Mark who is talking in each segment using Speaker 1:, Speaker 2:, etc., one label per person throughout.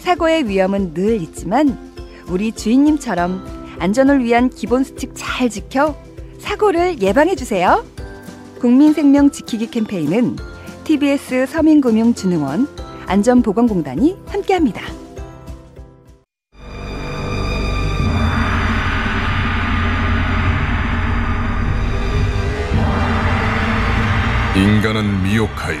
Speaker 1: 사고의 위험은 늘 있지만 우리 주인님처럼 안전을 위한 기본 수칙 잘 지켜 사고를 예방해 주세요. 국민생명 지키기 캠페인은 TBS 서민금융진흥원 안전보건공단이 함께합니다.
Speaker 2: 인간은 미혹하여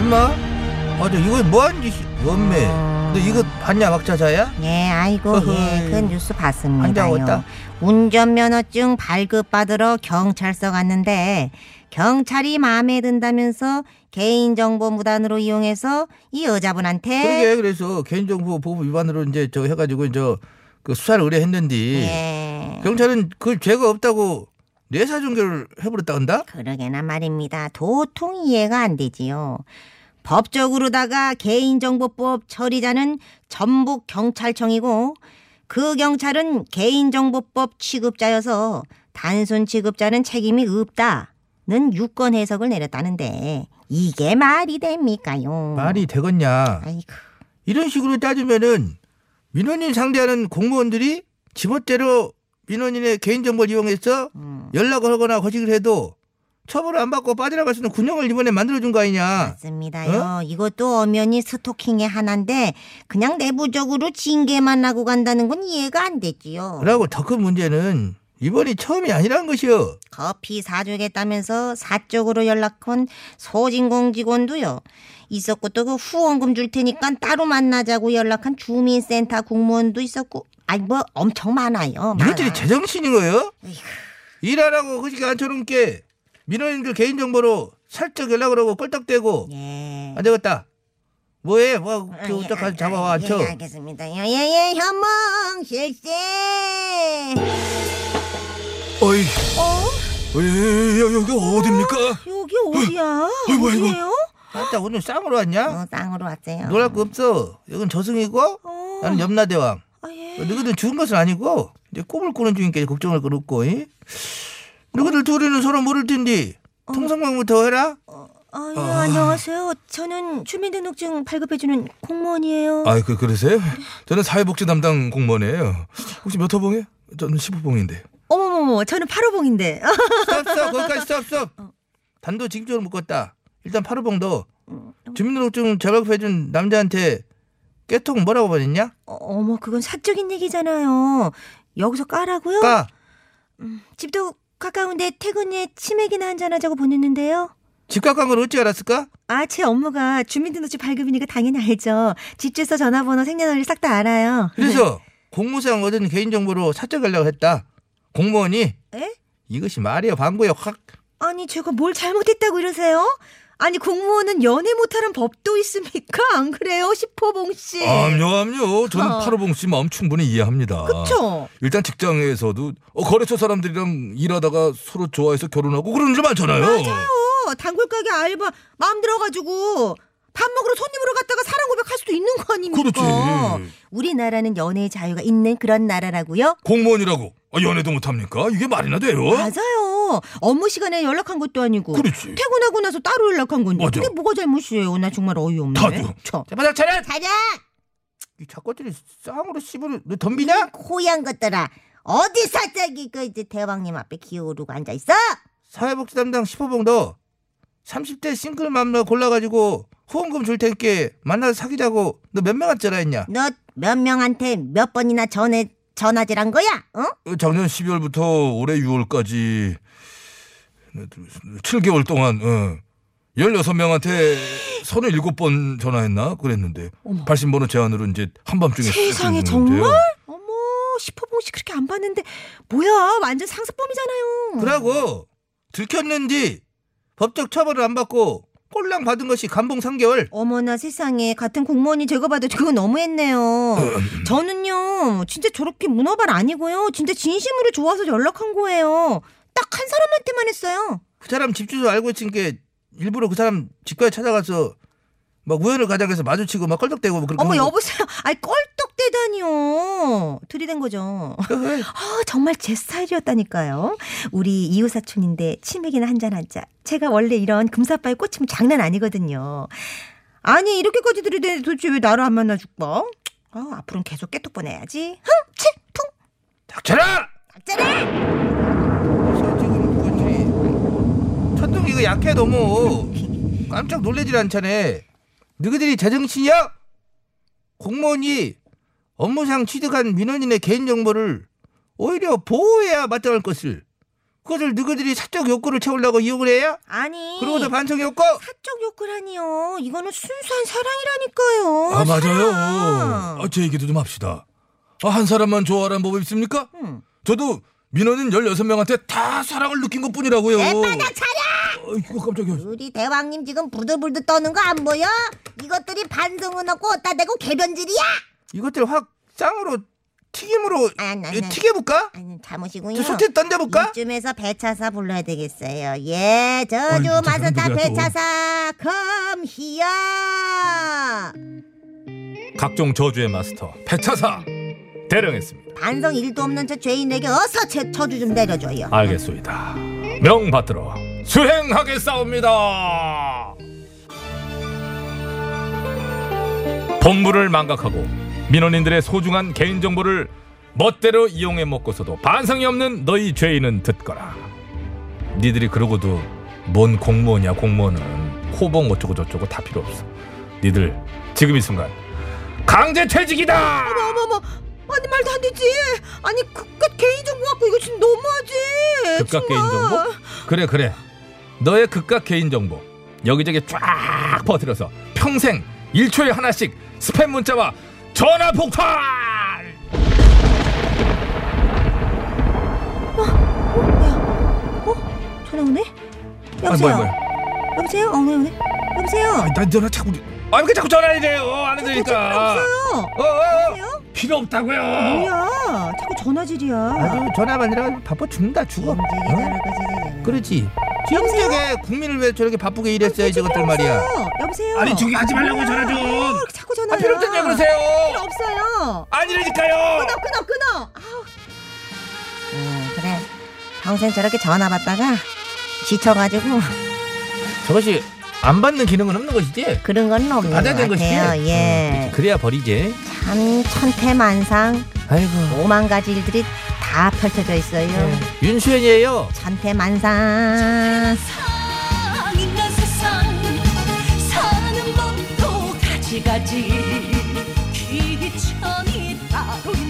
Speaker 3: 엄마? 아저 이거 뭐하는 짓이 엄매 너 이거 봤냐 박자자야?
Speaker 4: 예, 아이고, 예,
Speaker 3: 어허이.
Speaker 4: 그 뉴스
Speaker 3: 환장
Speaker 4: 봤습니다요.
Speaker 3: 왔다.
Speaker 4: 운전면허증 발급받으러 경찰서 갔는데 경찰이 마음에 든다면서 개인정보 무단으로 이용해서 이 여자분한테
Speaker 3: 그러게 그래서 개인정보 보호 위반으로 이제 저 해가지고 저그 수사를 의뢰했는데
Speaker 4: 예,
Speaker 3: 경찰은 그 죄가 없다고 내사 종결을 해버렸다 한다?
Speaker 4: 그러게나 말입니다. 도통 이해가 안 되지요. 법적으로다가 개인정보법 처리자는 전북 경찰청이고 그 경찰은 개인정보법 취급자여서 단순 취급자는 책임이 없다는 유권 해석을 내렸다는데 이게 말이 됩니까요?
Speaker 3: 말이 되겠냐?
Speaker 4: 아이고
Speaker 3: 이런 식으로 따지면은 민원인 상대하는 공무원들이 집어째로 민원인의 개인정보를 이용해서
Speaker 4: 음,
Speaker 3: 연락을 하거나 거짓을 해도 처벌을 안 받고 빠져나갈 수 있는 군형을 이번에 만들어준 거 아니냐? 어?
Speaker 4: 맞습니다요. 이것도 엄연히 스토킹의 하나인데 그냥 내부적으로 징계만 하고 간다는 건 이해가 안 되지요.
Speaker 3: 그러고 더 큰 문제는 이번이 처음이 아니라는 것이요.
Speaker 4: 커피 사주겠다면서 사적으로 연락한 소진공 직원도요. 있었고 또 그 후원금 줄 테니까 따로 만나자고 연락한 주민센터 공무원도 있었고 아니 뭐 엄청 많아요. 많아.
Speaker 3: 이것들이 제정신인 거예요?
Speaker 4: 어, 에이구.
Speaker 3: 일하라고 그렇게 앉혀놓은 게 민원인들 개인정보로 살짝 연락을 하고 껄떡대고
Speaker 4: 예.
Speaker 3: 안 되겠다. 뭐해? 뭐,
Speaker 4: 아,
Speaker 3: 저,
Speaker 4: 예,
Speaker 3: 저, 가서
Speaker 4: 아,
Speaker 3: 잡아와,
Speaker 4: 예,
Speaker 3: 앉혀.
Speaker 4: 예, 알겠습니다. 예, 예, 예, 현몽, 실세.
Speaker 5: 어이,
Speaker 4: 어?
Speaker 5: 어이, 여- 여기 어딥니까?
Speaker 4: 여기 어디야?
Speaker 5: 아이고, 아이고.
Speaker 4: 어디예요?
Speaker 3: 아따, 오늘 쌍으로 왔냐?
Speaker 4: 어, 땅으로 왔어요.
Speaker 3: 놀랄 거 없어. 여긴 저승이고,
Speaker 4: 어.
Speaker 3: 나는 염라대왕.
Speaker 4: 아, 예.
Speaker 3: 너희들 죽은 것은 아니고, 이제 꿈을 꾸는 중이니까 걱정을 그렇고, 이? 너희들 둘이는 서로 모를 텐데, 통성명부터 해라?
Speaker 4: 아, 예, 안녕하세요. 저는 주민등록증 발급해주는 공무원이에요.
Speaker 5: 아, 그, 그러세요? 저는 사회복지 담당 공무원이에요. 혹시 몇 호봉이에요? 저는 15봉인데.
Speaker 4: 어머머머, 저는 8호봉인데. 아,
Speaker 3: 스톱, 스톱, 거기까지 스톱, 스톱. 단도직입적으로 묶었다. 일단 파르봉 너 주민등록증 재발급해준 남자한테 깨통 뭐라고 보냈냐?
Speaker 4: 어머, 그건 사적인 얘기잖아요. 여기서 까라고요?
Speaker 3: 까
Speaker 4: 집도 가까운데 퇴근 후에 치맥이나 한잔하자고 보냈는데요.
Speaker 3: 집값간 걸 어찌 알았을까?
Speaker 4: 아, 제 업무가 주민등록증 발급이니까 당연히 알죠. 집주소 전화번호 생년월일 싹 다 알아요.
Speaker 3: 그래서 공무상 얻은 개인정보로 사적 연락을 했다. 공무원이
Speaker 4: 에?
Speaker 3: 이것이 말이야 방구야 확
Speaker 4: 아니, 제가 뭘 잘못했다고 이러세요? 아니, 공무원은 연애 못하는 법도 있습니까? 안 그래요? 10호봉 씨.
Speaker 5: 암요, 암요.
Speaker 4: 어.
Speaker 5: 저는 파르봉 씨 마음 충분히 이해합니다.
Speaker 4: 그쵸?
Speaker 5: 일단 직장에서도 어, 거래처 사람들이랑 일하다가 서로 좋아해서 결혼하고 그런 일 많잖아요. 맞아요.
Speaker 4: 어, 단골 가게 알바 마음 들어가지고 밥 먹으러 손님으로 갔다가 사랑 고백할 수도 있는 거 아닙니까?
Speaker 5: 그렇지.
Speaker 4: 우리나라는 연애의 자유가 있는 그런 나라라고요?
Speaker 5: 공무원이라고 아, 연애도 못합니까? 이게 말이나 돼요?
Speaker 4: 맞아요. 업무 시간에 연락한 것도 아니고
Speaker 5: 어? 그렇지.
Speaker 4: 퇴근하고 나서 따로 연락한 건데
Speaker 5: 맞아.
Speaker 4: 그게 뭐가 잘못이에요? 나 정말 어이없네.
Speaker 5: 다죠.
Speaker 4: 저.
Speaker 3: 제발 차려!
Speaker 4: 자자
Speaker 3: 이 작것들이 쌍으로 씹을 너
Speaker 4: 네?
Speaker 3: 덤비냐?
Speaker 4: 그 호양 것들아 어디서 저기 그 이제 대왕님 앞에 기어오르고 앉아 있어?
Speaker 3: 사회복지 담당 15봉 너 30대 싱글맘로 골라가지고 후원금 줄 테니까 만나서 사귀자고 너 몇 명한테 전화했냐?
Speaker 4: 너 몇 명한테 몇 번이나 전에 전화질한 거야? 어?
Speaker 5: 어, 작년 12월부터 올해 6월까지 7개월 동안 어, 16명한테 37번 전화했나 그랬는데 발신번호 제한으로 이제 한밤중에
Speaker 6: 세상에,
Speaker 5: 쓰고 있는데요.
Speaker 6: 정말? 어머 시퍼봉 씨 그렇게 안 봤는데 뭐야 완전 상습범이잖아요.
Speaker 3: 그러고 들켰는지 법적 처벌을 안 받고 꼴랑 받은 것이 감봉 3개월.
Speaker 6: 어머나 세상에 같은 공무원이 제가 봐도 그건 너무했네요.
Speaker 3: 그
Speaker 6: 저는요 진짜 저렇게 문어발 아니고요 진짜 진심으로 좋아서 연락한 거예요. 딱 한 사람한테만 했어요.
Speaker 3: 그 사람 집 주소 알고 있으니까 일부러 그 사람 집까지 찾아가서 막 우연을 가장해서 마주치고 막 껄떡대고 뭐 그렇게.
Speaker 6: 어머
Speaker 3: 한 거.
Speaker 6: 여보세요. 아이 껄떡대다니요. 들이댄 거죠. 아 정말 제 스타일이었다니까요. 우리 이웃 사촌인데 치맥이나 한 잔 한 잔. 제가 원래 이런 금사빠에 꽂히면 장난 아니거든요. 아니 이렇게까지 들이대는데 도대체 왜 나를 안 만나 죽어? 아 앞으로는 계속 깨톡 보내야지. 흥, 치, 퉁,
Speaker 3: 닥쳐라!
Speaker 6: 악자래.
Speaker 3: 지금 그것들이 천둥 이거 약해 너무 뭐. 깜짝 놀래질 않자네 너희들이 제정신이야? 공무원이 업무상 취득한 민원인의 개인정보를 오히려 보호해야 마땅할 것을 그것을 너희들이 사적 욕구를 채우려고 이용을 해야?
Speaker 6: 아니.
Speaker 3: 그러고서 반성 욕구?
Speaker 6: 사적 욕구라니요. 이거는 순수한 사랑이라니까요.
Speaker 5: 아 맞아요.
Speaker 6: 사랑.
Speaker 5: 아, 제 얘기도 좀 합시다. 아, 한 사람만 좋아하라는 법 있습니까?
Speaker 3: 음.
Speaker 5: 저도 민원인 16명한테 다 사랑을 느낀 것뿐이라고요. 아이고 깜짝이야.
Speaker 4: 우리 대왕님 지금 부들부들 떠는 거 안 보여? 이것들이 반성은 없고 어따 대고 개변질이야?
Speaker 3: 이것들 확 쌍으로 튀김으로 예,
Speaker 4: 아, 나, 나.
Speaker 3: 튀겨볼까?
Speaker 4: 아니 잠시군요.
Speaker 3: 저 소태 던져볼까?
Speaker 4: 이쯤에서 배차사 불러야 되겠어요. 예, 저주
Speaker 5: 아이고,
Speaker 4: 마사다
Speaker 5: 그런 소리야, 또.
Speaker 4: 배차사 컴히어.
Speaker 5: 각종 저주의 마스터 배차사 대령했습니다.
Speaker 4: 반성 일도 없는 저 죄인에게 어서 제 저주 좀 내려줘요.
Speaker 5: 아. 알겠소이다. 명받들어 수행하게 싸웁니다. 법무를 망각하고 민원인들의 소중한 개인정보를 멋대로 이용해 먹고서도 반성이 없는 너희 죄인은 듣거라. 니들이 그러고도 뭔 공무원이야 공무원은 호봉 어쩌고 저쩌고 다 필요 없어. 니들 지금 이 순간 강제 퇴직이다.
Speaker 6: 어머머. 아니 말도 안 되지. 아니 그깟 개인정보 갖고 이거 진짜 너무하지.
Speaker 5: 극각
Speaker 6: 정말.
Speaker 5: 개인정보? 그래 그래 너의 극각 개인정보 여기저기 쫙 퍼뜨려서 평생 1초에 하나씩 스팸 문자와 전화 폭발
Speaker 4: 어?
Speaker 6: 전화 오네? 여보세요?
Speaker 5: 뭐야, 뭐야.
Speaker 6: 여보세요? 어, 오네, 오네. 여보세요?
Speaker 5: 난 전화 자꾸 아 왜 자꾸 전화를 해요 안 해주니까
Speaker 6: 없어요.
Speaker 5: 어, 어, 어.
Speaker 6: 여보세요?
Speaker 5: 필요 없다고요
Speaker 4: 어,
Speaker 6: 뭐야? 자꾸 전화질이야.
Speaker 3: 아주 전화 받느라 바빠 죽는다 죽어
Speaker 4: 움직이자,
Speaker 3: 어?
Speaker 4: 움직이자.
Speaker 3: 그렇지 지금적에 국민을 왜 저렇게 바쁘게 일했어요 저것들 말이야
Speaker 6: 없어요. 여보세요?
Speaker 5: 아니 저기 하지 말라고 전화
Speaker 6: 어,
Speaker 5: 좀
Speaker 6: 이렇게 자꾸 전화.
Speaker 5: 아, 필요 없다니까 그러세요
Speaker 6: 필요 없어요.
Speaker 5: 아니라니까요
Speaker 6: 끊어, 끊어, 끊어. 아우,
Speaker 4: 음, 그래. 평생 저렇게 전화 받다가 지쳐가지고
Speaker 3: 저것이 안 받는 기능은 없는 것이지
Speaker 4: 그런 건 없는 것
Speaker 3: 받아야 되는
Speaker 4: 같아요.
Speaker 3: 것이지 음,
Speaker 4: 예.
Speaker 5: 음,
Speaker 3: 그래야 버리지
Speaker 4: 참 천태만상
Speaker 3: 아이고
Speaker 4: 오만 가지 일들이 다 펼쳐져 있어요.
Speaker 5: 네.
Speaker 3: 윤수연이에요
Speaker 4: 천태만상.
Speaker 7: 인간 그 세상 사는 법도 가지가지 귀천이 따로 있